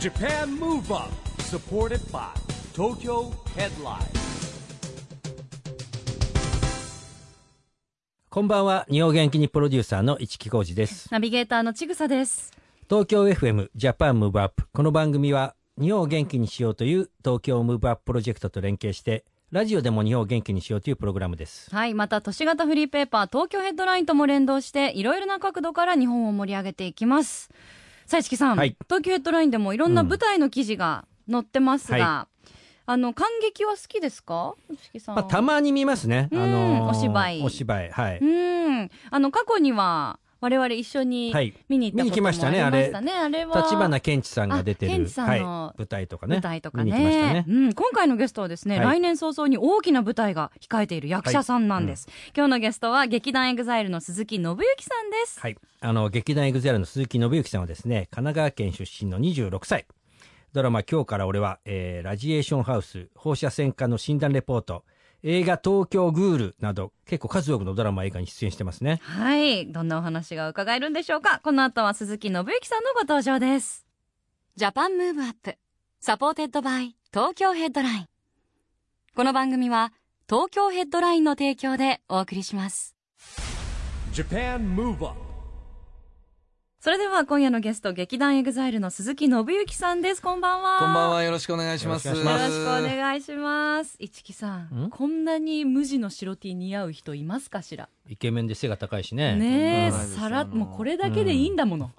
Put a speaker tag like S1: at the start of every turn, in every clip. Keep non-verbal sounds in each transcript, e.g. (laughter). S1: JAPAN MOVE UP SUPPORTED BY TOKYO HEADLINE
S2: こんばんは日本元気にプロデューサーの市木浩司です
S3: ナビゲーターのちぐさです。
S2: 東京 FM ジャパンムーブアップこの番組は日本を元気にしようという東京ムーブアッププロジェクトと連携してラジオでも日本を元気にしようというプログラムです
S3: はい。また、都市型フリーペーパー、東京ヘッドラインとも連動して、いろいろな角度から日本を盛り上げていきます。さあ、市木さん、
S2: はい
S3: 東京ヘッドラインでもいろんな舞台の記事が載ってますが、
S2: うん
S3: あの、感激は好きですか市木さん。
S2: まあたまに見ますね
S3: うん
S2: ー
S3: お芝居、
S2: お芝居はいう
S3: ん。あの、過去には、我々一緒に
S2: はい
S3: 見に行ったこともありましたね。
S2: 見に来ましたねあれ
S3: あれは。
S2: 立花健治さんが出て
S3: あ
S2: る
S3: 健、治さんの
S2: い、舞台とかね
S3: 舞台とかね
S2: 見に来ましたね
S3: うん、今回のゲストはですね、
S2: はい
S3: 来年早々に大きな舞台が控えている役者さんなんです、今日のゲストは劇団エグザイルの鈴木信之さんです、
S2: はい。あの、劇団エグゼルの鈴木信之さんはですね、神奈川県出身の26歳。ドラマ、今日から俺は、えーラジエーションハウス、放射線科の診断レポート、映画、東京グールなど、結構数多くのドラマ、映画に出演してますね。
S3: はい。どんなお話が伺えるんでしょうかこの後は鈴木信之さんのご登場です。ジャパンムーブアップ。サポーテッドバイ東京ヘッドライン。この番組は東京ヘッドラインの提供でお送りします。
S1: JAPAN MOVE UP
S3: それでは今夜のゲスト、劇団エグザイルの鈴木信之さんです。こんばんは。
S4: こんばんは、よろしくお願いします。
S2: よろしくお
S3: よろしくお願いします。一木さん、
S2: ん
S3: こんなに無地の白 T 似合う人いますかしら。
S2: イケメンで背が高いしね。
S3: ねえ、
S4: とんでもないです
S3: さら、
S4: あの
S3: もうこれだけでいいんだもの。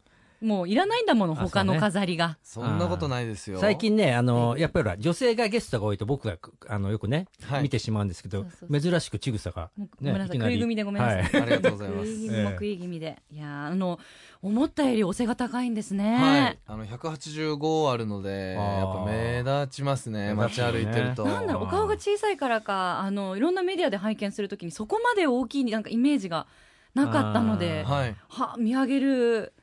S3: もういらないんだもの、
S2: あそ
S3: 他
S2: う
S3: の
S2: ね
S3: 飾りが。
S4: そんなことないですよ。
S2: 最、近ね、あの、やっぱりほら女性がゲストが多いと僕が、あの、よくね、
S4: はい
S2: 見てしまうんですけど、
S3: そうそうそう
S2: 珍しくちぐさが、
S3: もうご
S2: ね
S3: めんなさい、
S2: き
S3: 食い組みでごめんなさい。
S2: は
S4: ありがとうございます
S3: 食
S2: え
S3: い気味
S2: え
S3: も食い気味で。いやー、あの、思ったよりお背が高いんですね。
S4: はい。あの、185あるので、
S2: あー
S4: やっぱ目立ちますね、
S2: 目立つ
S4: 街
S2: よね
S4: 歩いてると。
S3: なんだろう、お顔が小さいからか、あの、いろんなメディアで拝見するときに、そこまで大きい、なんかイメージがなかったので、
S2: あー
S4: はい。
S3: は、見上げる、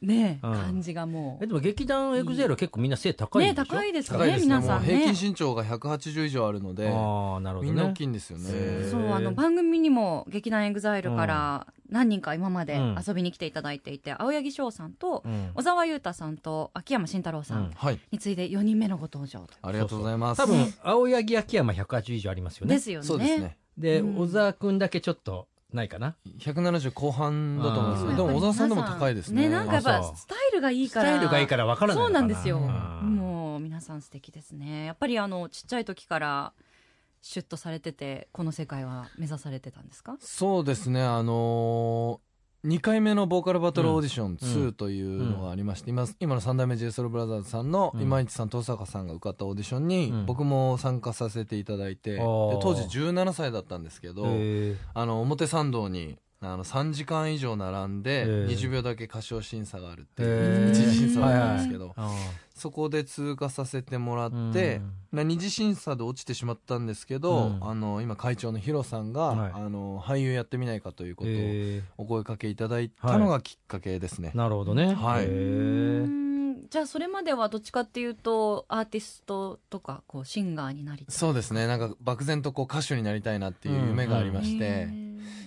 S3: ね、
S2: うん
S3: 感じがも
S2: (laughs) えでも劇団エグゼルは結構みんな背
S3: う。
S2: 高い
S3: ね、
S2: んでしょ
S3: 高いですよ
S4: 高い
S3: ね、
S4: ですね。
S3: 皆
S4: も
S3: さ
S4: うん
S3: ね。
S4: 平均身長が180以上あるので、
S2: ああ、なるほど
S4: み
S2: ね。
S4: んな大きいんですよね。
S3: そう
S2: へー
S3: あの番組にも劇団エグザイルから何人か今まで
S2: うん
S3: 遊びに来ていただいていて、青柳翔さんと
S2: うん
S3: 小沢裕太さんと秋山慎太郎さ
S2: うん
S3: ん
S4: はい。
S3: に次いで4人目のご登場と、
S4: ありがとうございます。
S2: 多分、青柳秋山180以上ありますよね。
S3: ですよね。
S4: そうですね。
S2: で、
S3: うん
S2: 小沢くんだけちょっとないかな。
S4: 170後半だと思うんですけ
S2: あー
S4: ど、でも小沢さんでも高いですね。
S3: なんかやっ
S2: あ
S3: ぱ
S2: そう
S3: スタイルがいいから
S2: スタイルがいいから分からない
S3: そう
S2: のか
S3: なんですよ、
S2: うん
S3: もう皆さん素敵ですねやっぱりあのちっちゃい時からシュッとされててこの世界は目指されてたんですか
S4: そうですね、あのー、2回目のボーカルバトルオーディション
S2: うんう
S4: 2
S2: ん
S4: というのがありまして、今今の三代目 j s o u l b r o t h e r さんの
S2: うん
S4: 今市さん登坂さんが受かったオーディション
S2: う
S4: に
S2: ん
S4: 僕も参加させていただいて、で
S2: あー
S4: 当時17歳だったんですけど、
S2: へー
S4: あの表参道にあの3時間以上並ん
S2: へ
S4: で
S2: ー
S4: 20秒だけ歌唱審査があるって
S2: へ
S4: い
S2: ー
S4: う一次審査があるんですけど、
S2: あ
S4: そこで通過させてもら
S2: ー
S4: って、
S2: うん
S4: な二次審査で落ちてしまったんですけど、
S2: うん
S4: あの今会長のヒロさんが、
S2: はい
S4: あの俳優やってみないかということを
S2: へ
S4: お声かけいただいたのがきっかけですね
S2: ー、なるほどね。
S4: はい
S2: へ
S3: う
S2: ー
S3: ーんじゃあそれまではどっちかっていうとアーティストとかこうシンガーになりたい
S4: そうですねなんか漠然とこう歌手になりたいなっていう夢がありまして、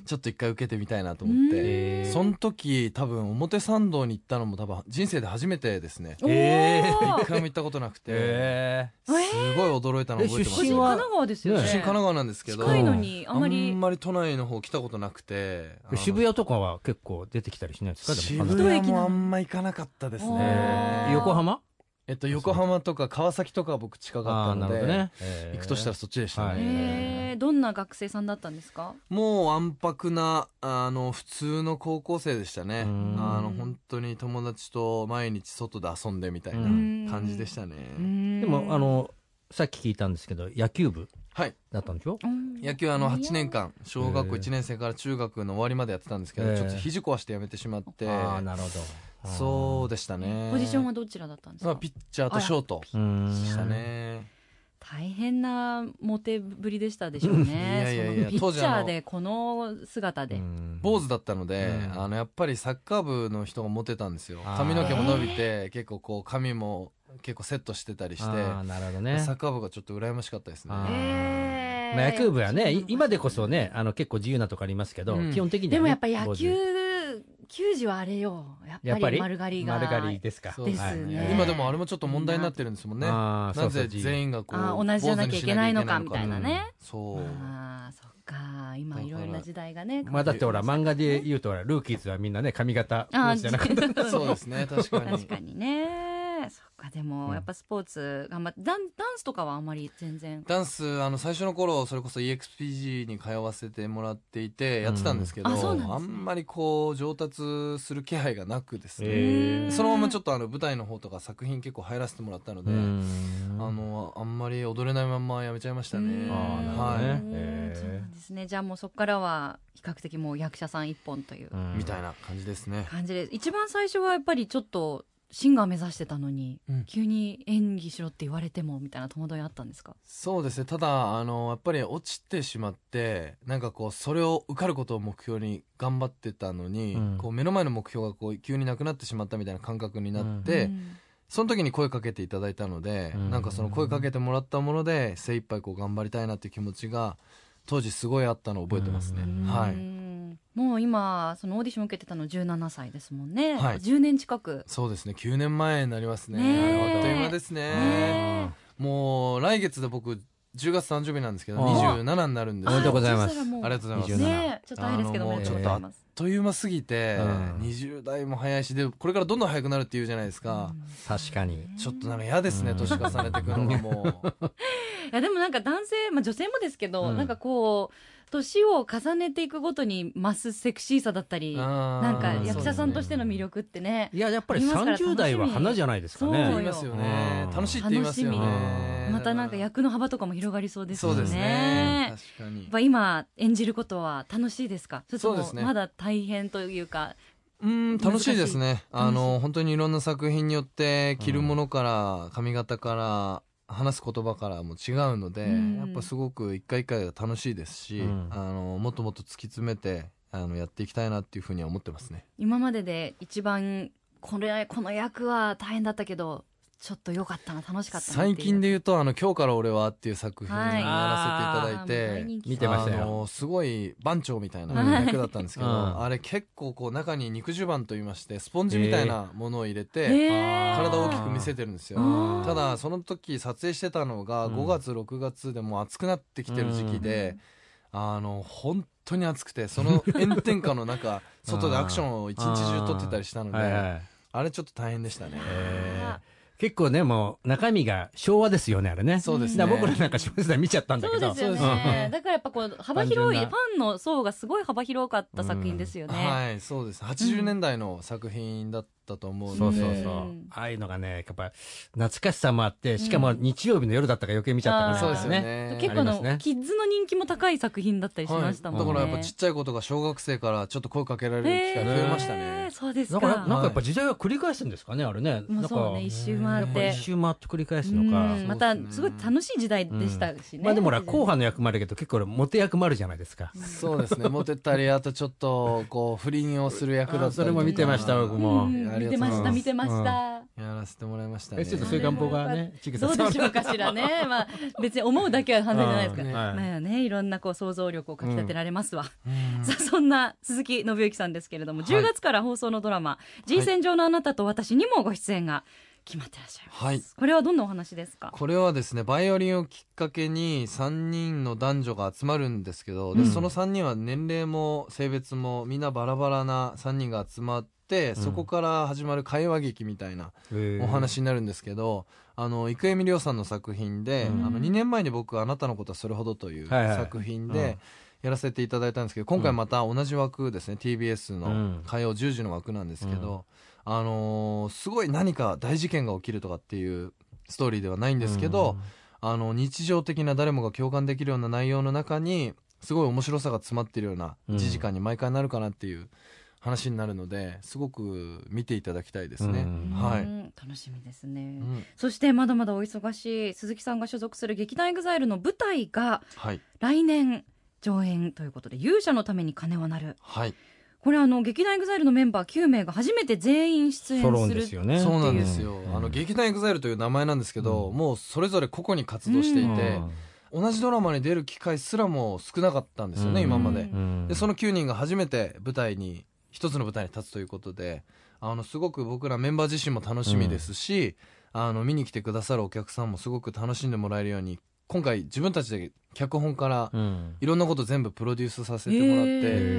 S4: ちょっと一回受けてみたいなと思っ
S3: うん
S4: て、
S2: へー
S4: その時多分表参道に行ったのも多分人生で初めてですね
S3: おー
S2: え
S4: 一回も行ったことなくて、
S2: へ
S4: すごい驚いたの覚えてま
S3: 個
S4: す
S2: え
S3: 人
S2: 出
S3: 神
S2: 身は
S3: 奈川ですよね
S2: ね
S4: 出身神奈川なんですけど
S3: 近いのにあんまり
S4: あんまり都内の方来たことなくてあ
S2: ー
S4: の
S2: 渋谷とかは結構出てきたりしないですかで
S4: 渋
S2: も
S4: 谷もあんま行かなかったです
S3: 一
S2: え
S3: 駅
S4: ね
S2: ー。横浜
S4: えっと、横浜とか川崎とかは僕近
S2: あ
S4: か
S2: あー、
S4: っ
S2: な
S4: た
S2: るほど
S4: ので、
S2: ね。
S4: 行くとしたらそっちでした
S2: はい
S4: ね。
S3: へーどんな学生さんだったんですか
S4: もうわんぱくな、あの、普通の高校生でしたね。
S2: うん
S4: あの、本当に友達と毎日外で遊んでみたいな
S3: うん
S4: 感じでしたね。
S2: で
S3: で
S2: も、あの、さっき聞いたんですけど、野球部
S4: はい。
S2: だったんでしょ
S4: 野球はあの、8年間、小学校1年生から中学の終わりまでやってたんですけ
S2: えー
S4: ど、ちょっと肘壊してやめてしまって、
S2: ああ、なるほど。
S4: そうでしたね。
S3: ポジションはどちらだったんです
S4: まあ
S3: か
S4: ピッチャーとショート
S2: うーん。
S4: でしたね。
S3: 大変なモテぶりでしたでしょうね
S4: いやいやいや
S3: そのピッ
S4: 当
S3: チ
S4: 時あ
S3: ャー
S4: の
S3: でこの姿
S2: う
S3: で
S2: ん
S4: 坊主だったので、
S2: うん
S4: あのやっぱりサッカー部の人がモテたんですよ
S2: あー
S4: 髪の毛も伸びて結構こう髪も結構セットしてたりして、
S2: ああ、なるほどね。
S4: サッカー部がちょっと羨ましかったですね
S2: あー
S3: えー
S2: まあ、野球部はね、い今でこそね、あの結構自由なとこありますけど、
S4: うん
S2: 基本的には、ね、
S3: でもやっぱ野
S2: 坊主
S3: 球球児はあれよや
S2: や
S3: っ
S2: っ
S3: ぱ
S2: ぱ
S3: り
S2: り
S3: 丸刈りが
S2: 丸刈りですか
S4: そう
S3: ですね
S2: はい
S4: 今でもあれもちょっと問題になってるんですもんね。
S2: あー
S4: な
S2: そうそ
S4: ぜ
S2: う
S4: 全員がこう
S3: あー同じじゃなきゃいけないのかみたいなね、
S4: 坊主にしなきゃいけないのか
S3: ああそっか今
S4: だか
S3: い
S4: ら
S3: ろいろな時代がね
S2: まあだってほら漫画で言うとほらルーキーズはみんなね髪型
S3: あー
S2: じゃなかった
S4: そう。 (laughs) そうですね確か
S3: (laughs)
S4: に。
S3: 確かにねそっかで
S2: う
S3: も
S2: ん
S3: やっぱスポーツ頑張ってダンダンスとかはあんまり全然
S4: ダンスあの最初の頃それこそ EXPG に通わせてもらっていてやってたんですけど、
S3: うんあそうなんですね
S4: あんまりこう上達する気配がなくですね、
S2: えー
S4: そのままちょっとあの舞台の方とか作品結構入らせてもらったので、あのあんまり踊れないまんまやめちゃいましたね。
S2: あーなるほどね
S4: は
S3: うん
S2: へー
S3: そうなんですねじゃあもうそこからは比較的もう役者さん一本という
S4: い、みたい
S2: な。
S4: な感じですね。
S3: 感じです一番最初はやっぱりちょっとシンガー目指してたのに、
S4: うん
S3: 急に演技しろって言われてもみたいな戸惑いあったんですか
S4: そうですねただあのやっぱり落ちてしまってなんかこうそれを受かることを目標に頑張ってたのに、
S2: うん
S4: こう目の前の目標がこう急になくなってしまったみたいな感覚になって、
S3: うん
S4: その時に声かけていただいたので、
S2: うん
S4: なんかその声かけてもらったもので精一杯こう頑張りたいなっていう気持ちが当時すごいあったのを覚えてますね、
S2: うん
S4: は
S3: う
S4: い
S3: んもう今そのオーディション受けてたの17歳ですもんね、
S4: はい
S3: 10年近く
S4: そうですね9年前になりますね
S3: ねえ
S4: あっという間ですね、
S3: ね
S4: もう来月で僕10月誕生日なんですけど
S2: ああ
S4: 27になるんで
S2: お
S4: す
S2: めで
S4: け
S2: とうございま
S3: あ
S2: す。
S3: そしたらもう
S4: ありがとうございます
S2: 27
S3: ねえちょっと早いですけど
S4: あ
S3: も
S4: の
S3: ありがとうございます
S4: あっという間すぎて、
S2: うん
S4: 20代も早いしでこれからどんどん早くなるっていうじゃないですか、
S2: 確かに。
S4: ちょっとなんか嫌ですね、
S2: うん
S4: 年重ねてくるのが
S3: (laughs)
S4: もう
S3: いやでもなんか男性、まあ、女性もですけど、
S2: うん
S3: なんかこう年を重ねていくごとに増すセクシーさだったりな
S4: なん
S3: か役者さ
S2: そ
S3: ん
S2: うですね
S3: としての魅力ってね
S2: いや、やっぱり
S3: 見ますから楽しみ
S2: 30代は花じゃないですか
S3: そう
S4: 言
S2: ね
S4: い。ますよね
S2: うん
S4: 楽しいって言いますよね
S2: 楽しみ
S3: またなんか役の幅とかも広がりそうです
S4: そ
S3: よ
S4: う
S3: ね。
S4: ですね確か
S3: や
S4: に
S3: っぱ今演じることは楽しいですかそれと
S4: そう
S3: も
S4: ですね
S3: まだ大変というか
S4: うん楽しいですね
S3: しい
S4: あの本当にいろんな作品によって着るものから髪型から話す言葉からも違うので、
S3: うん
S4: やっぱすごく一回一回が楽しいですし、
S2: うん
S4: あのもっともっと突き詰めてあのやっていきたいなっていうふうには思ってますね
S3: 今までで一番これこの役は大変だったけどちょっと良かったな楽しかったなっていう
S4: 最近で言うと「あの今日から俺は」っていう作品をや
S3: はい
S4: らせていただ
S3: あーもう大
S4: いて
S3: 人気
S2: 見てましたよ
S4: あのすごい番長みたい
S2: は
S4: ない役だったんですけど、
S2: うん
S4: あれ結構こう中に肉襦袢といいましてスポンジみたいなものを入れて、
S3: へー
S4: 体を大きく見せてるんですよ
S3: あー
S4: ただその時撮影してたのが
S2: うん
S4: 5月6月でもう暑くなってきてる時期で、あの本当に暑くてその炎天下
S2: (laughs)
S4: の中外でアクションを一日中撮ってたりしたので、
S2: はいはい
S4: あれちょっと大変でしたね。
S2: えー結構ね、もう中身が昭和ですよね、あれね。
S4: そうですね
S2: だから僕らなんか昭和時代見ちゃったんだ
S3: そ
S2: け
S3: う
S2: ど。
S3: ですよねだからやっぱこう幅広いファンの層がすごい幅広かった作品ですよね、
S4: はいそうです80年代の作品だったと思う
S2: そ
S4: の
S2: う
S4: で、
S2: そうそう。
S3: うん
S2: ああいうのがね、やっぱ懐かしさもあって、しかも日曜日の夜だったから余計見ちゃった
S3: あー
S2: か
S4: そう
S2: ら
S4: ですよね
S3: 結構あ
S2: ありま
S3: の
S2: すね
S3: キッズの人気も高い作品だったりしましたもんね、
S4: はいだからやっぱちっちゃい子とか小学生からちょっと声かけられる機会増えました
S3: へ
S4: ね
S3: ー、そうです
S2: だ
S3: か
S2: から、なんかやっぱ時代は繰り返すんですかね、あれね。な
S3: もうん
S2: か
S3: そうね一周回
S2: や
S3: っ
S2: っぱ
S3: て
S2: 一周回って繰り返すのか。
S3: うんまたすごい楽しい時代でしたしね、
S2: まあでもほら、後半の役もあるけど、結構俺モテ役もあるじゃないですか。
S4: そうですねモテたりあとちょっとこう不倫をする役
S2: あ
S4: だったりとか
S2: それも見てました、僕も。
S3: うん
S4: あり
S3: 見
S4: が
S3: て
S4: とう
S3: ま
S4: ござ
S3: した
S4: います
S3: 見てました、
S4: やらせてもらいましたね
S2: えちょっとそういう願望がね、ちぐ
S3: ど
S2: さ
S3: う
S2: さ
S3: で
S2: ん
S3: しょうかしらねまあ別に思うだけは犯罪じゃないですから、
S4: うん
S2: はい
S3: まあねいろんなこう想像力をかき立てられますわ、さあそんな鈴木信之さんですけれども、
S4: はい
S3: 10月から放送のドラマ「人選上のあなたと私」にもご出演が決まってらっしゃいます、
S4: はい
S3: これはどんなお話ですか
S4: これはですねバイオリンをきっかけに3人の男女が集まるんですけど、で
S2: うん
S4: その3人は年齢も性別もみんなバラバラな3人が集まって、そこから始まる会話劇みたいなお話になるんですけど、あの生江美涼さんの作品で、
S2: うん
S4: あの2年前に僕「あなたのことはそれほど」という
S2: はいはい
S4: 作品
S2: うん
S4: でやらせていただいたんですけど今回また同じ枠ですね、TBS
S2: うん
S4: の火曜10時の枠なんですけど、あのーすごい何か大事件が起きるとかっていうストーリーではないんですけど、あの日常的な誰もが共感できるような内容の中にすごい面白さが詰まってるような
S2: うん
S4: 1時間に毎回なるかなっていう話になるのですごく見ていただきたいですね。
S2: うん
S4: は
S3: う
S4: い、
S3: ん楽しみですね、
S4: うん
S3: そしてまだまだお忙しい鈴木さんが所属する劇団エグザイルの舞台が
S4: はい
S3: 来年上演ということで勇者のために金はなる
S4: はい
S3: これあの劇団エグザイルのメンバー9名が初めて全員出演
S2: ソロン
S3: す
S2: で
S3: る
S2: すよね。
S4: そうなんですよ、
S2: うん
S4: あの劇団エグザイルという名前なんですけど、
S2: う
S4: もうそれぞれ個々に活動していて、同じドラマに出る機会すらも少なかったんですよね、
S2: うん
S4: 今まで、
S3: うん
S4: でその9人が初めて舞台に一つの舞台に立つということであのすごく僕らメンバー自身も楽しみですし、あの見に来てくださるお客さんもすごく楽しんでもらえるように今回自分たちで脚本から
S2: うん
S4: いろんなこと全部プロデュースさせてもらっ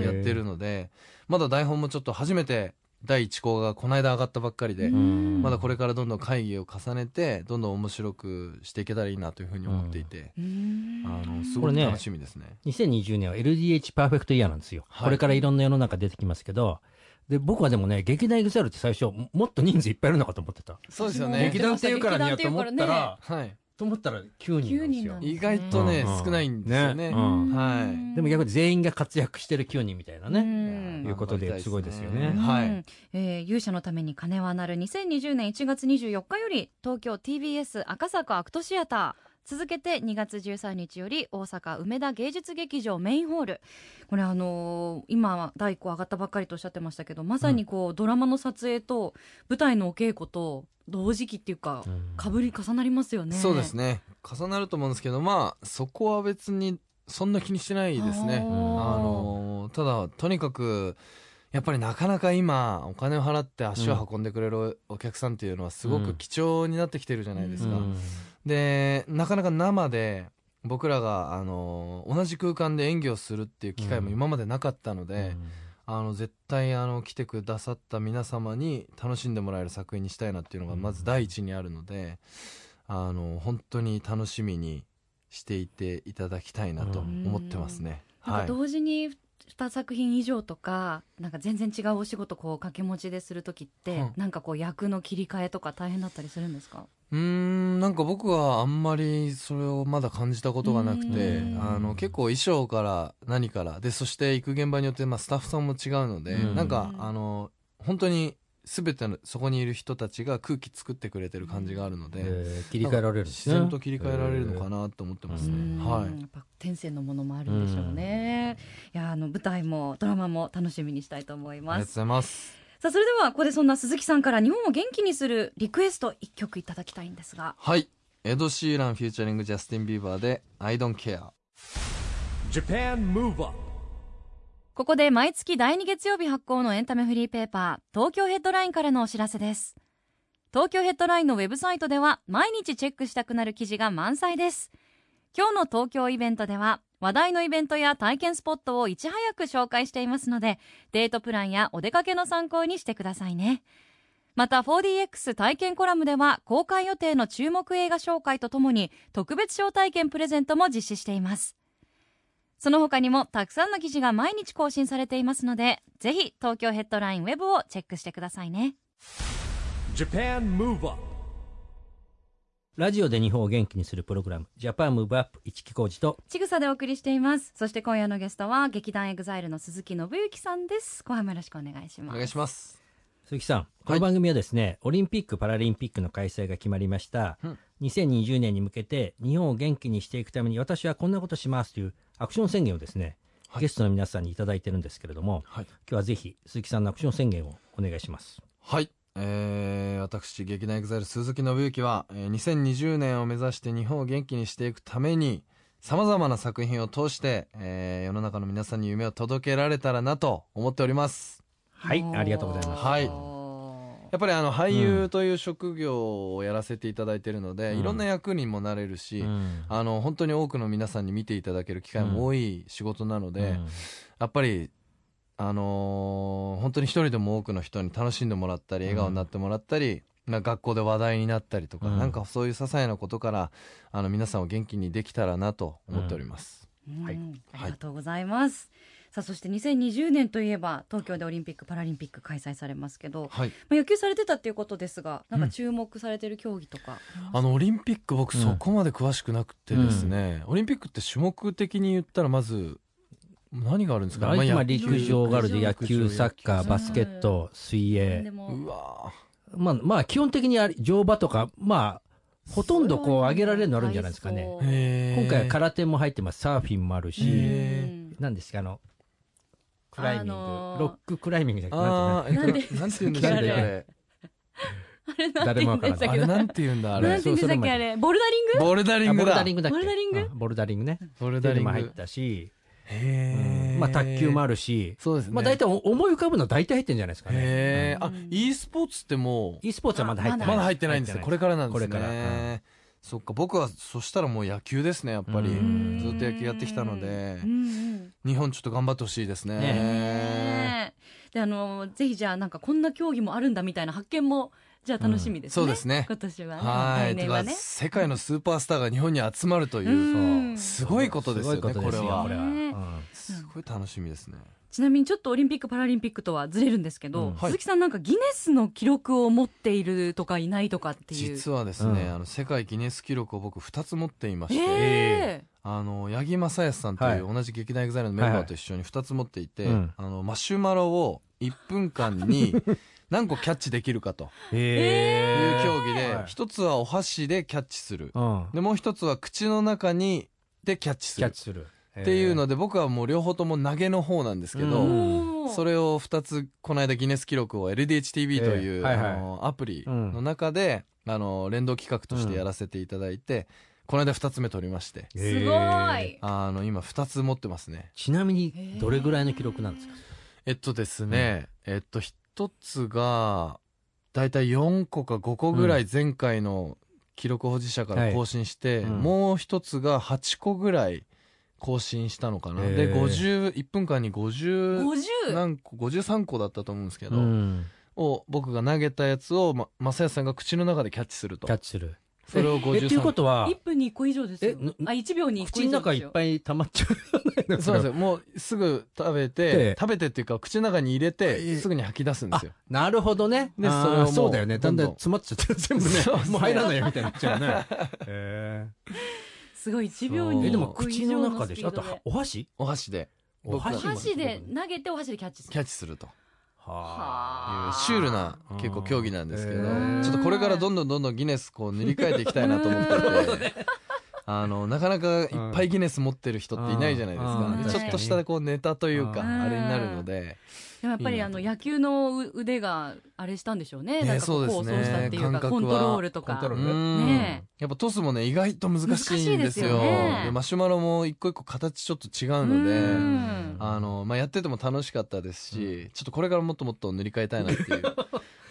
S4: てやってるので、まだ台本もちょっと初めて第一稿がこの間上がったばっかりで、
S2: うん
S4: まだこれからどんどん会議を重ねてどんどん面白くしていけたらいいなというふうに思っていて、あのすご
S2: これ
S4: く
S2: ね
S4: 楽しみですね。
S2: 2020年は LDH パーフェクトイヤーなんですよ、
S4: はい
S2: これからいろんな世の中出てきますけどで僕はでもね劇団 EXILE って最初ももっと人数いっぱいいるのかと思ってた、
S4: そうですよ
S3: ね
S2: 劇団っていうからにはと思った、
S3: 劇団っていうからら
S4: はい、
S2: と思ったら9人なんですよ
S3: 9人なんだ
S4: 意外とね、
S2: うん
S4: 少ないんですよね。
S2: ねうん
S4: は
S2: でも逆に全員が活躍してる9人みたいなね、
S4: い。
S2: ということですごいですよね
S4: 頑張りた
S3: う
S4: いです
S3: んえー勇者のために金はなる2020年1月24日より東京 TBS 赤坂アクトシアター続けて2月13日より大阪梅田芸術劇場メインホールこれあのー今第1個上がったばっかりとおっしゃってましたけどまさにこう、ドラマの撮影と舞台のお稽古と同時期っていうか、
S2: うん
S3: かぶり重なりますよ
S4: ね
S3: ね
S4: そうですね。重なると思うんですけど、まあ、そこは別にそんな気にしてないですね。
S3: あー
S4: あのーただとにかくやっぱりなかなか今お金を払って足を運んでくれるお客さんっていうのはすご
S2: う
S4: く
S2: ん
S4: 貴重になってきてるじゃないです
S2: う
S4: か、
S2: ん
S4: でなかなか生で僕らが、あのー同じ空間で演技をするっていう機会も今までなかったので、あの絶対あの来てくださった皆様に楽しんでもらえる作品にしたいなっていうのがまず第一にあるので、あの本当に楽しみにしていていただきたいなと思ってますね。
S3: なん
S4: は
S3: か
S4: い、
S3: 同時に2作品以上とかなんか全然違うお仕事こう掛け持ちでする時って、
S4: うん
S3: なんかこう役の切り替えとか大変だったりするんですか
S4: うーんなんか僕はあんまりそれをまだ感じたことがなくて
S3: うん
S4: あの結構衣装から何からでそして行く現場によってまあスタッフさんも違うので
S2: うん
S4: なんかあの本当に全てのそこにいる人たちが空気作ってくれてる感じがあるの
S2: え
S4: で
S2: ー切り替えられるんです
S4: 自
S2: ね
S4: 然と切り替えられるのかなと思ってますね。は
S3: うん
S4: い
S3: やっぱ天性のものもあるんでしょうね。いやあの舞台もドラマも楽しみにしたいと思い
S4: ありがと
S3: ま
S4: うご
S3: す。
S4: ざいます。
S3: さあそれではここでそんな鈴木さんから日本を元気にするリクエスト一曲いただきたいんですが。
S4: はい。エド・シーランフューチャリングジャスティン・ビーバーで I don't care。
S1: Japan Move Up
S5: ここで毎月第2月曜日発行のエンタメフリーペーパー、東京ヘッドラインからのお知らせです。東京ヘッドラインのウェブサイトでは毎日チェックしたくなる記事が満載です。今日の東京イベントでは話題のイベントや体験スポットをいち早く紹介していますので、デートプランやお出かけの参考にしてくださいね。また 4DX 体験コラムでは公開予定の注目映画紹介とともに特別招待券プレゼントも実施しています。その他にもたくさんの記事が毎日更新されていますので、ぜひ東京ヘッドラインウェブをチェックしてくださいね。
S1: Japan Move Up
S2: ラジオで日本を元気にするプログラム「ジャパンムーブアップ一木工事と
S3: ちぐさでお送りしています。そして今夜のゲストは劇団エグザイルの鈴木信之さんです。後半もよろしくお願いし
S4: お
S3: ます。
S4: 願いします。
S2: 鈴木さん、この番組はですね、オリンピック・パラリンピックの開催が決まりました、
S4: うん
S2: 2020年に向けて日本を元気にしていくために私はこんなことしますというアクション宣言をですね、
S4: はい
S2: ゲストの皆さんにいただいてるんですけれども、
S4: はい。
S2: 今日はぜひ鈴木さんのアクション宣言をお願いします。
S4: はい。えー、私、劇団エグザイル鈴木信之は、えー2020年を目指して日本を元気にしていくために、様々な作品を通して、えー世の中の皆さんに夢を届けられたらなと思っております。
S2: はい、ありがとうございます。
S4: はい
S3: おー
S4: やっぱりあの俳優という職業をやらせていただいてるので、
S2: うん
S4: いろんな役にもなれるし、
S2: うん
S4: あの本当に多くの皆さんに見ていただける機会も多い仕事なので、
S2: うん
S4: やっぱり、あのー本当に一人でも多くの人に楽しんでもらったり
S2: うん
S4: 笑顔になってもらったり、なんか学校で話題になったりとか、
S2: うん
S4: なんかそういう些細なことからあの皆さんを元気にできたらなと思っております。
S3: うん
S2: はい
S3: ありがとうございます。さあそして2020年といえば東京でオリンピック・パラリンピック開催されますけど、
S4: はい、
S3: まあ、野球されてたっていうことですがなんか注目されてる競技とか、
S4: あのオリンピック僕
S2: うん
S4: そこまで詳しくなくてですね、オリンピックって種目的に言ったらまず何があるんですかね、
S2: 大体まあ
S4: 野球
S2: 陸上があるで野球、サッカー、
S3: 球
S2: バスケット、水
S3: なんで
S2: 泳。
S3: も
S4: うわ
S2: まあ、まあ、基本的にあり乗馬とか、まあ、ほとんどこう上げられるのあるんじゃないですかね。
S4: ーへー
S2: 今回は空手も入ってます、サーフィンもある
S3: う
S2: し、
S3: ん
S2: 何ですかあのクライミング、
S3: あのー
S2: ロッククライミングじゃなくてなん
S4: あ
S2: て
S4: ーえっと
S3: なんで
S4: なんて言うんでしたっけあれ
S3: あれなんて言うんでした
S2: 誰もわ
S4: あ
S3: っけ
S4: れ
S3: ど
S4: なんて言うんだあ
S3: な
S4: れ
S3: んて言うんでしたっけあれボルダリング
S4: ボルダリン
S2: いう
S4: グだ
S2: のあボルダリングだっけ
S3: ボルダリング
S2: うんボルダリングね
S4: ボ
S2: ボル
S4: ルダ
S2: ダ
S4: リ
S2: リング
S4: ン
S2: も
S4: グ
S2: 入ったし
S4: へえ、
S2: まあ卓球もあるし、
S4: そうですね
S2: まあ大体思い浮かぶのは大体入ってんじゃないですかね。
S4: へえ、
S3: う
S4: あ
S3: ん
S4: e スポーツっても
S2: e スポーツはまだ入ってな
S4: う
S2: い。
S4: まだ入ってないんですねこれからなんですね
S2: これからうん
S4: そっか僕はそしたらもう野球ですねやっぱり、
S2: う
S3: うんん
S4: ずっと野球やってきたので
S3: うんうん
S4: 日本ちょっと頑張ってほしいですね
S2: ね
S3: ねえであのぜひじゃあなんかこんな競技もあるんだみたいな発見もじゃあ楽しみですね、
S4: うんそうですね
S3: 今年はね
S4: は
S3: 来
S4: い
S3: 年は
S4: て
S3: ね
S4: か世界のスーパースターが日本に集まるという、
S3: うん
S4: すごいことですよね
S2: すごいことです
S4: これは
S2: これは。
S3: ね
S2: うん
S4: すごい楽しみですね
S3: ちなみにちょっとオリンピック・パラリンピックとはずれるんですけど、
S2: うん
S3: 鈴木さんなんかギネスの記録を持っているとかいないとかっていう
S4: 実はです
S2: う
S4: ね、
S2: ん
S4: あの世界ギネス記録を僕2つ持っていまして、
S3: ええ
S4: あの八木正康さんと
S2: はい
S4: いう同じ劇団エグザイルのメンバーと一緒に2つ持っていて、
S2: うん
S4: あのマシュマロを1分間
S2: (laughs)
S4: に何個キャッチできるかという
S2: へー
S4: 競技で、
S2: はい
S4: 1つはお箸でキャッチする
S2: うん
S4: でもう1つは口の中にでキャッチす
S2: キャッ
S4: る
S2: チする。
S4: っていう
S2: へ
S4: ので僕はもう両方とも投げの方なんですけど、
S2: うん
S3: おー
S4: それを2つこの間ギネス記録を LDHTV という、
S2: ええはいはい
S4: あのアプリの中で、あの連動企画としてやらせていただいて、この間2つ目取りまして
S2: ー
S3: すご
S2: へー
S3: い
S4: あの今2つ持ってますね
S2: ちなみにどれぐらいの記録なんですか
S4: えっとですね、えっと1つがだいたい4個か5個ぐらい前回の記録保持者か
S2: は
S4: ら
S2: い
S4: 更新して、
S2: うん
S4: もう1つが8個ぐらい更新したのかな、
S2: ええ
S4: で50 1分間に50
S3: 50
S4: 何個53個だったと思うんですけど、
S2: うん
S4: を僕が投げたやつを、ま、正康さんが口の中でキャッチすると
S2: キャッチする。
S4: それを
S2: え、っていうこ
S4: 53
S2: とは、
S3: 一分に一個以上ですよ
S2: えぬ
S3: あ一秒に一個
S2: 口
S3: 以
S2: の
S3: 上
S2: 中
S3: で
S2: い
S3: す
S2: っ
S3: よ
S2: ぱい溜まっちゃうじゃないの
S4: そうな
S2: れ
S4: んで
S2: は
S4: すよもうすぐ食べて、
S2: ええ
S4: 食べてっていうか口の中に入れて、
S2: ええ
S4: すぐに吐き出すんですよ
S2: なるほどね。
S4: で
S2: あー
S4: それをもう
S2: そうだよね。だんだん
S4: どんどん
S2: 詰まっちゃってる、全
S3: (laughs)
S2: 部ね
S4: そうそう。
S2: もう入らないよみたいになっちゃうね。へ
S3: すごい一秒
S2: ー
S3: に
S2: え、
S3: 一
S2: で
S3: 個
S2: も
S3: 以
S2: 口
S3: 上
S2: の
S3: の
S2: 中でしょ。あ
S3: スピ
S2: と
S3: ードで、
S2: お箸
S4: お箸で
S2: お
S3: お
S2: 箸も
S3: 箸で投げてお箸でキャッチす
S4: キ
S3: る
S4: ャッチするとい
S3: はあ
S4: うシュールな
S2: あー
S4: 結構競技なんですけど、
S2: へー
S4: ちょっとこれからどんどんどんどんギネスこう塗り替えていきたいなと思っ
S3: (laughs)
S4: てて。あのなかなかいっぱいギネス持ってる人っていないじゃないです
S2: うん
S4: か、
S3: うん
S4: でちょっとしたこうネタというか、
S2: うん
S4: あれになるので、
S3: でもやっぱ
S4: いい
S3: り
S4: な
S3: あ
S4: と
S3: の野球のう腕があれしたんでしょうね
S4: ね
S3: なんかこう
S4: そ
S3: 構想
S4: うですね
S3: したっていう
S4: 感
S3: か
S4: 覚
S3: コ
S4: は
S3: ントロールと
S2: コント
S3: か
S2: ロール
S4: うん
S3: ね
S4: やっぱトスもね意外と難しいんですよ
S3: 難しいですよね
S4: でマシュマロも一個一個形ちょっと違うので、
S3: うん
S4: あのまあ、やってても楽しかったですし、ちょっとこれからもっともっと塗り替えたいなっていう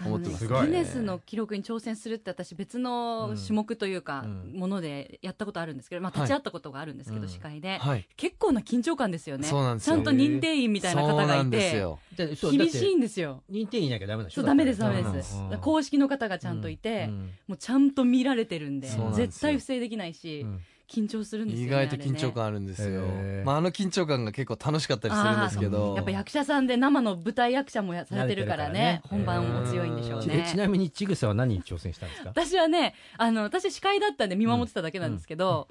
S4: 思ってます
S2: (laughs) すごい
S3: ギネスの記録に挑戦するって私別の種目というか
S2: うん
S3: ものでやったことあるんですけど、まあ、
S4: はい
S3: 立ち会ったことがあるんですけど、
S2: うん
S3: 司会で、
S4: はい
S3: 結構な緊張感ですよね
S4: そうなんです
S3: ち
S4: よ
S3: ゃんと認定員みたいな方
S4: そう
S3: が
S4: ないんです
S3: て
S4: よ
S2: でそうだっ
S3: 厳
S2: て
S3: しいんですよ
S2: 認定員いなきゃダメでし
S3: そ
S2: ょ
S3: うダメです
S2: だ
S3: ダ
S2: って
S3: メ
S4: ね
S3: です
S2: うん
S3: 公式の方がちゃんといて、
S2: うん
S3: もうちゃんと見られてるんで
S4: そうなんですよ
S3: 絶対不正できないし、
S2: うん
S3: 緊張するんですよ
S4: 意
S3: ね
S4: 外と緊張感あるんですよ、
S2: へー
S4: まあ、あの緊張感が結構楽しかったりするんですけ
S3: あ
S4: ど
S3: れねやっぱ役者さんで生の舞台役者もやされてるからね
S2: 慣れてる
S3: 本
S2: からね
S3: 番も強いんでしょう
S2: ち
S3: ね
S2: えちなみにちぐさは何に挑戦したんですか
S3: 私はねあの私司会だったんで見守ってただけなんですけど、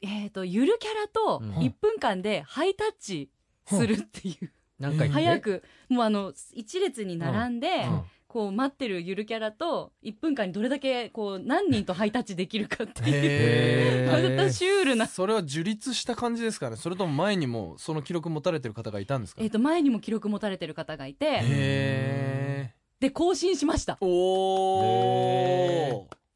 S3: えっ、とゆるキャラと
S2: うん
S3: 1分間でハイタッチするっていう、
S2: 何回
S3: 早くもうあの一列に並んで、
S2: うん
S3: こう待ってるゆるキャラと1分間にどれだけこう何人とハイタッチできるかっていう
S4: へ
S3: (laughs) またシュールな
S4: それは樹立した感じですかねそれとも前にもその記録持たれてる方がいたんですか
S3: えっと前にも記録持たれてる方がいて
S4: へ
S3: で更新しました
S4: ーお
S2: へ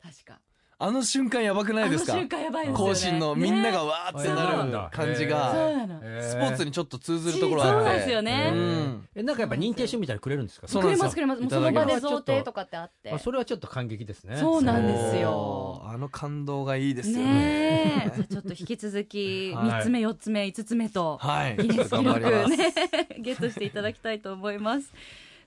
S4: ー
S3: 確か
S4: あの瞬間やばくないですか
S3: あの瞬間やばいですよね
S4: 更新のみんながわーってな
S2: ね
S4: る感じ
S3: そう
S4: が
S3: なの
S4: スポーツ
S2: に
S4: にちょっと通ずるところがあって
S3: そうなんですよね
S4: うん
S2: えなんかやっぱ認定証みたいなのくれるんですか
S4: そう
S3: く
S4: なん
S3: れ
S4: です
S3: ま
S4: よ
S3: すくれますもうそ
S4: いただ
S3: の
S4: けま
S3: 場で
S4: す
S3: 贈呈とかってあって
S2: あそれはちょっと感激ですね
S3: そうなんですよ
S4: おーあの感動がいいですよね
S3: ねえ、じゃあちょっと引き続き
S4: はい
S3: 3つ目、4つ目、5つ目と、
S4: はい
S3: ギネス記
S4: 頑
S3: 録
S4: 張ります
S3: ね、 (laughs) ゲットしていただきたいと思います。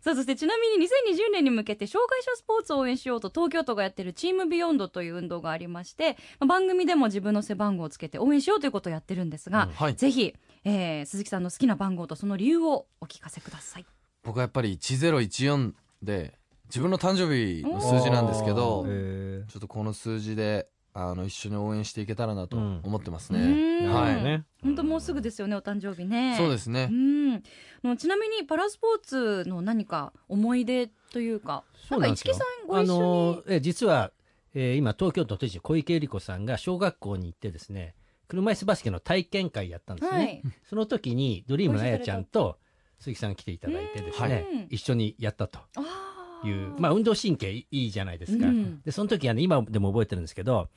S3: さあ、そしてちなみに2020年に向けて障害者スポーツを応援しようと東京都がやってるチームビヨンドという運動がありまして、まあ番組でも自分の背番号をつけて応援しようということをやってるんですが、
S4: はい
S3: ぜひ、えー鈴木さんの好きな番号とその理由をお聞かせください。
S4: 僕はやっぱり1014で自分の誕生日の数字なんですけど
S3: おー
S4: ちょっとこの数字であの一緒に応援していけたらなと
S2: うん
S4: 思ってます
S3: う
S4: ね、
S3: ーん
S4: はい
S3: 本当もうすぐですよね、お誕生日ね。
S4: そうですね
S3: うん、あのちなみにパラスポーツの何か思い出というか、
S2: そうなんですよ
S3: なんか市木さんご一
S2: あ
S3: 緒に
S2: のえ実は、えー今東京都知事小池百合子さんが小学校に行ってですね車椅子バスケの体験会やったんですね、
S3: はい、
S2: その時にドリームのあやちゃんと鈴木さん来ていただいてですね、
S3: うん
S2: 一緒にやったと
S3: あ
S2: いう
S3: ー
S2: まあ運動神経いいじゃないですか、
S3: うん
S2: でその時はね今でも覚えてるんですけど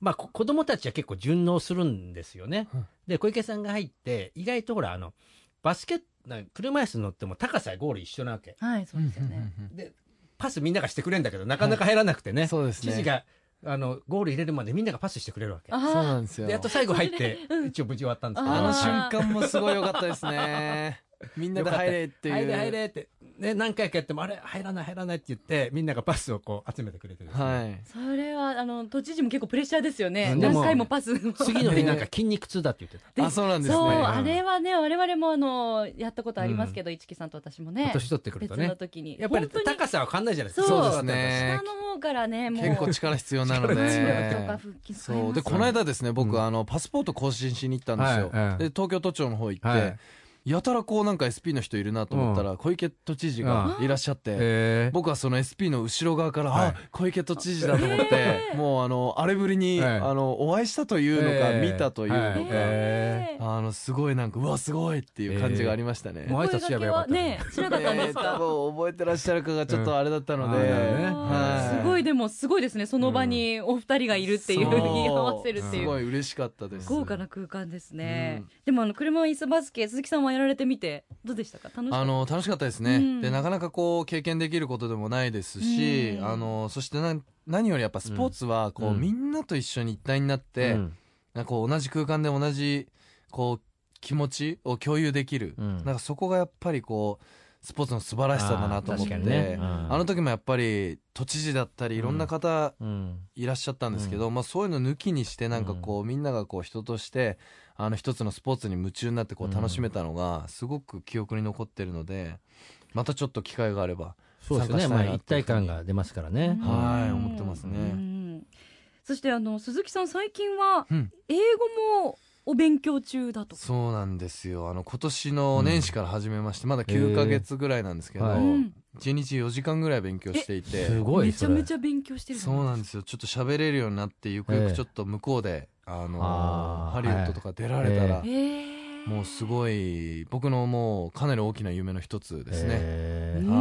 S2: まあ、こ子供たちは結構順応するんですよね。
S4: うん
S2: で、小池さんが入って、意外とほら、あの、バスケット、な車椅子乗っても高さゴール一緒なわけ。
S3: はい、そうですよね。
S2: で、パスみんながしてくれるんだけど、なかなか入らなくてね。
S4: (laughs) そうですね
S2: 知事が、あの、ゴール入れるまでみんながパスしてくれるわけ。
S4: そう
S3: あ
S4: なんですよ
S2: で、やっと最後入っ
S4: (laughs)
S2: て、一応無事終わったんですけど。
S4: あの
S3: ー
S4: 瞬間もすごい良かったですねみんなで入れっていう
S2: 入れ入れって、ね、何回かやっても、あれ、入らない入らないって言って、みんながパスをこう集めてくれてですね
S4: はい
S3: それは、あの、都知事も結構プレッシャーですよね。
S2: で
S3: 何
S2: も
S3: 回もパスを。
S2: 次の日なんか筋肉痛だって言ってた。
S4: あそうなんですね
S3: そう、
S2: はい
S3: あれはね、我々もあの、やったことありますけど、市木さんと私もね。
S2: 年取ってくると
S3: 別
S2: ね
S3: の。時に。
S2: やっぱり
S3: 本当に
S2: 高さは変わんないじゃないですか。
S3: そう
S4: そうですね
S3: 下の方からね、もう。
S4: 結構力必要なの
S2: 力必
S3: 力
S2: 要
S3: とか
S4: で
S3: 腹筋使います
S4: そうでこの間ですね僕、
S2: うん
S4: あのパスポート更新しに行ったんですよ、
S2: はいはい
S4: で東京都庁の方行って、
S2: はい
S4: やたらこうなんか SP の人いるなと思ったら、小池都知事がいらっしゃって、
S2: え
S4: 僕はその SP の後ろ側から、
S2: はい
S4: あ小池都知事だと思って、
S3: えー
S4: もうあのあれぶりに、
S2: はい
S4: あのお会いしたというのか、見たというのか、
S3: えー
S4: あのすごいなんかうわすごいっていう感じがありましたね、
S2: えーもう挨拶すればよかったね
S3: ね。しなかったんです
S4: えー
S3: か。
S4: 多分覚えてらっしゃるかがちょっとあれだったので、
S2: うんあーなるほどね
S3: あ
S4: は
S3: ーすごいでもすごいですねその場にお二人がいるっていう
S4: そう
S3: 居合わせるってい
S4: す
S3: う
S4: ごい嬉しかったです
S3: 豪華な空間ですね、
S4: うん
S3: でもあの車椅子バスケ鈴木さんはやられてみてどうでしたか楽しか
S4: あ
S3: った
S4: の楽しかったですね、
S3: うん
S4: でなかなかこう経験できることでもないですし、
S3: うん
S4: あのそしてな何よりやっぱスポーツはこう、
S2: うん
S4: みんなと一緒に一体になって、なんかこう同じ空間で同じこう気持ちを共有できる、
S2: うん
S4: なんかそこがやっぱりこうスポーツの素晴らしさだなと思って
S3: あー
S4: あ,、
S3: 確かにねうん
S4: の時もやっぱり都知事だったりいろんな方いらっしゃったんですけど、まあ、そういうの抜きにしてなんかこう、みんながこう人としてあの一つのスポーツに夢中になってこ
S2: うん
S4: う楽しめたのがすごく記憶に残ってるのでまたちょっと機会があれば
S2: そうですね。
S4: 参加したいな
S2: まあ
S4: というふうに
S2: 一体感が出ますからね。
S3: うん
S4: はい思ってますね
S3: うんそしてあの鈴木さん最近は
S4: うん
S3: 英語もお勉強中だとか、
S4: そうなんですよあの今年の年始から始めまして、まだ9ヶ月ぐらいなんですけど、
S2: へーはい
S3: うん
S4: 1日4時間ぐらい勉強していて
S2: すごい
S3: めち
S2: そ
S3: ゃ
S2: れ
S3: めちゃ勉強してる
S4: そうなん
S3: で
S4: ですよちょっと喋れるようになってゆくゆ
S2: ええ
S4: くちょっと向こうで、あの
S2: あー
S4: ハリウッドとか出られたら、
S2: は
S3: えー、
S4: もうすごい僕のもうかなり大きな夢の一つですね。
S2: え
S3: う
S2: ー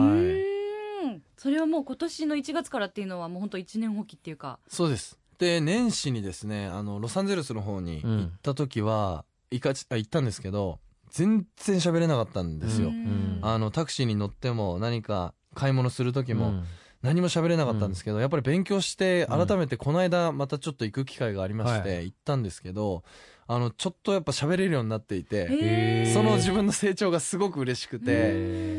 S3: ーんそれはもう今年の1月からっていうのはもう本当一年放棄っていうか
S4: そうです。で、年始にですね、あの、ロサンゼルスの方に
S2: う
S4: 行
S2: ん
S4: った時は、行かち、あ、行ったんですけど、全然喋れなかったんですよ。
S3: うん
S4: あの、タクシーに乗っても何か買い物する時
S2: う
S4: も
S2: ん
S4: 何も喋れなかったんですけど、やっぱり勉強して、
S2: うん
S4: 改めてこの間またちょっと行く機会がありまし
S2: は
S4: て、行ったんですけど、あの、ちょっとやっぱ喋れるようになっていて、
S3: へー
S4: その自分の成長がすごく嬉しくて、
S3: う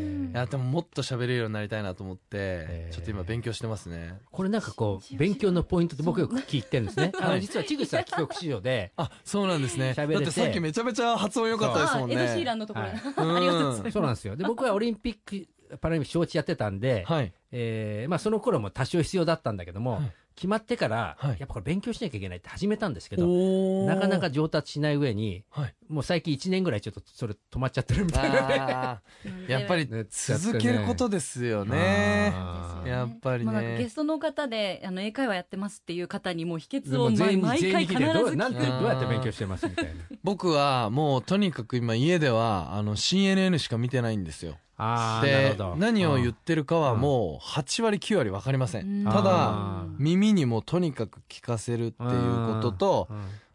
S3: ん
S4: いや、でももっと喋れるようになりたいなと思って
S2: え、ー
S4: ちょっと今勉強してますね。
S2: これなんかこ
S3: 信
S2: う
S3: じ
S2: 勉強のポイントって僕よく聞いてるんですね。あ
S4: は
S2: の
S4: い
S2: 実は千草帰国子女で
S4: あ、そうなんですね。だ
S2: 喋れ
S4: っ
S2: て
S4: てさっきめちゃめちゃ発音良かったです
S3: あ
S4: もん
S3: エ
S4: ね。
S3: ド・シーランのところ、
S2: はい
S3: ありがとうございます
S2: そうなんですよ。で僕はオリンピックパラリンピック招致やってたんで、
S4: はい。
S2: えーまあその頃も多少必要だったんだけども、
S4: はい
S2: 決まってから、
S4: はい
S2: やっぱこれ勉強しなきゃいけないって始めたんですけど、
S4: お
S2: なかなか。上達しない上に、
S4: はい。
S2: もう最近1年ぐらいちょっとそれ止まっちゃってるみたいなね。
S4: あ
S3: (laughs)
S4: ーやっぱり
S2: ね
S4: 続けることですよね。
S2: あー
S4: やっぱり
S3: もうなんかゲ
S4: ね。
S3: ストの方であの英会話やってますっていう方にもう秘
S2: で
S3: 訣を
S2: も全
S3: 毎
S2: 員
S3: 毎
S2: 全員
S3: 回
S2: 聞
S3: 必
S2: い
S3: ず
S2: てどう
S3: 聞
S2: なん
S3: く
S2: てどうやって勉強してますみたいな。
S4: 僕はもうとにかく今家ではあの CNN しか見てないんですよ。
S2: (laughs) ああ、なる
S4: で
S2: ほど。、
S4: 何を言っ
S2: って
S4: るかはもう8割9割わかりませ
S3: うん
S4: ん。ただ、
S3: あー
S4: 耳にもとにかく聞かせるっていうことと、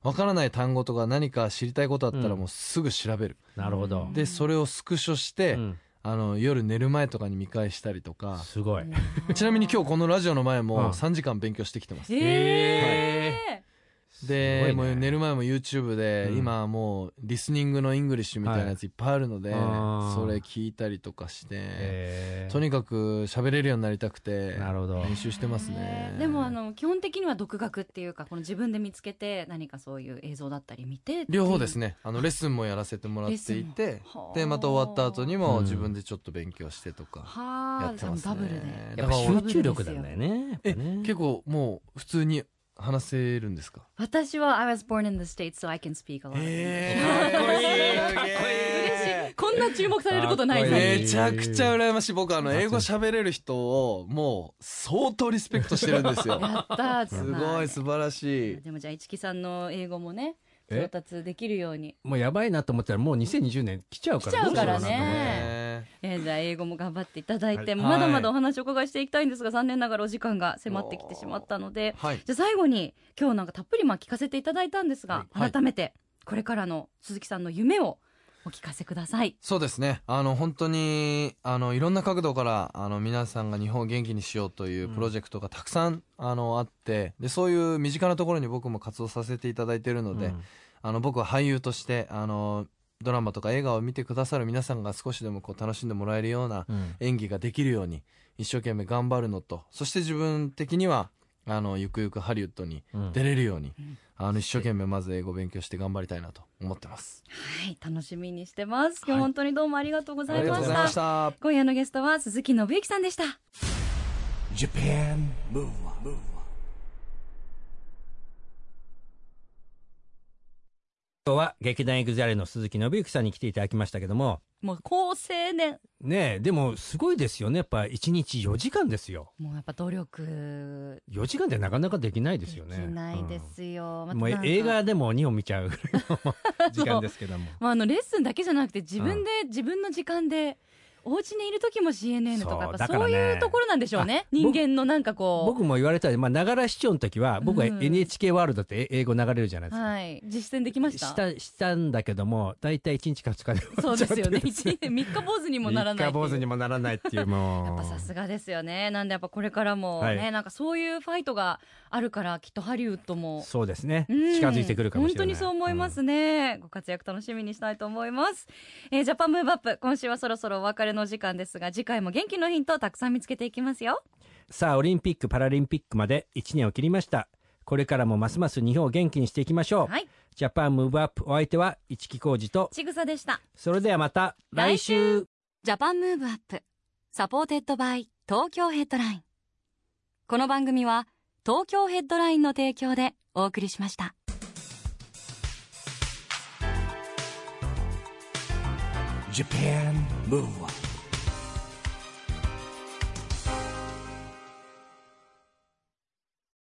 S4: わからない単語とか何か知りたいことあったらもうすぐ調べる。
S2: なるほど。
S4: で、それをスクショして、
S2: うん
S4: あの夜寝る前とかに見返したりとか
S2: すごい。
S4: ちなみに今日このラジオの前
S2: うん
S4: も3時間勉強してきてます、
S3: ええ
S2: す
S4: で、
S2: ごいね
S4: もう寝る前も YouTube で、
S2: うん
S4: 今もうリスニングのイングリッシュみたいなやついっぱいあるので、
S2: あー
S4: それ聞いたりとかして、
S2: へー
S4: とにかく喋れるようになりたくて
S2: なるほど。
S4: 練習してますね
S3: ーでもあの基本的には独学っていうかこの自分で見つけて何かそういう映像だったり見て
S4: 両方です
S3: ね
S4: ねあのレッスンもやらせてもらっていて
S3: スンもはあ
S4: でまた終わった後にも
S2: うん
S4: 自分でちょっと勉強してとか、や
S3: は
S4: って
S3: あ、
S4: ます
S3: ダ
S4: ね
S3: ブルで
S2: やっぱ集中力なんだよね。やっぱ
S4: え
S2: ね
S4: 結構もう普通に話せるんですか
S3: 私は I was born in the States so I can speak a lot、
S4: えー、かっこいい
S3: 嬉しいこんな注目されることない
S2: かっこいい
S3: ね
S4: めちゃくちゃ羨ましい僕あの英語喋れる人をもう相当リスペクトしてるんですよ
S3: やった
S4: (laughs) すごい素晴らしい
S3: でもじゃあ市木さんの英語もね
S2: え
S3: 上達できるように
S2: もうやばいなと思ったらもう2020年来ちゃうか
S3: 来ち
S2: ら
S3: ゃ
S2: ど
S3: う
S2: うしよ
S3: か
S2: うか
S3: ら
S2: な
S3: ね
S2: と思って。
S4: ねね
S3: えーじゃあ英語も頑張っていただい
S2: は
S3: て、
S2: い
S3: まだまだお話をお伺いしていきたいんですが残念ながらお時間が迫ってきてしまったので
S4: はい
S3: じゃあ最後に今日なんかたっぷりまあ聞かせていただいたんですが、
S4: はい
S3: 改めてこれからの鈴木さんの夢をお聞かせください。
S4: そうですねあの本当にあのいろんな角度からあの皆さんが日本を元気にしようというプロジェクトがたくさん、あのあってでそういう身近なところに僕も活動させていただいているので、あの僕は俳優としてあのドラマとか映画を見てくださる皆さんが少しでもこう楽しんでもらえるような
S2: うんうん
S4: 演技ができるように一生懸命頑張るのとそして自分的にはあのゆくゆくハリウッドに
S2: うん
S4: 出れるように、
S3: うん
S4: あの一生懸命まず英語勉強して頑張りたいなと思ってます。
S3: はい、楽しみにしてます。今
S4: は
S3: 日
S4: い
S3: 本当にどうもありがとうございました。
S4: た。
S3: 今夜のゲストは鈴木信之さんでした。
S1: Japan Move Up,
S2: 今日は劇団エグザイルの鈴木伸之さんに来ていただきましたけども、
S3: もう高青年、
S2: ねえ、でもすごいですよね。やっぱ1日4時間ですよ。
S3: もうやっぱ努力
S2: 4時間ってなかなかできないで
S3: です
S2: よね。
S3: きないですよ。
S2: う
S3: ま
S2: ん
S3: た
S2: もう
S3: なんか
S2: 映画でも2本見ちゃう (laughs) ぐらいの時間ですけども。
S3: まあ、あのレッスンだけじゃなくて自分で、自分の時間でお家にいる時も CNN と
S2: そう
S3: かやっ
S2: だ
S3: ぱ
S2: から
S3: そうい
S2: ね
S3: うところなんでしょうね
S2: あ
S3: 人間のなんかこ
S2: 僕も言われたら、まあ、ながら視聴の時は、僕は
S3: うん
S2: NHK ワールドって英語流れるじゃないうですか。
S3: はい実践できました
S2: した、したんだけども、だいたい1日か2日で終
S3: そ
S2: わっ
S3: う
S2: (laughs) ちゃ
S3: で
S2: って
S3: す
S2: る
S3: よ
S2: ん
S3: ね
S2: で
S3: 一年三日坊主にもならない
S2: 三日
S3: っていう
S2: 坊主にもならないっていう、もう。
S3: やっぱさすがですよねなんでやっぱこれからもね、
S2: はい
S3: なんかそういうファイトがあるからきっとハリウッド (laughs) も
S2: そうですね。
S3: うん
S2: 近づいてくるかもしれない。
S3: 本当にそう思いま
S2: ん。
S3: すね、ご活躍楽しみにしたいと思います、えージャパンムーブアップ今週はそろそろお別れの時間ですが次回も元気のヒントをたくさん見つけていきますよ
S2: さあ、オリンピック・パラリンピックまで1年を切りました。これからもますます日本を元気にしていきましょう。
S3: はい
S2: ジャパンムーブアップお相手は市木浩二と、
S3: ちぐさでした
S2: それではまた来週
S5: ジャパンムーブアップサポーテッドバイ東京ヘッドラインこの番組は東京ヘッドラインの提供でお送りしました
S1: Japan Move Up.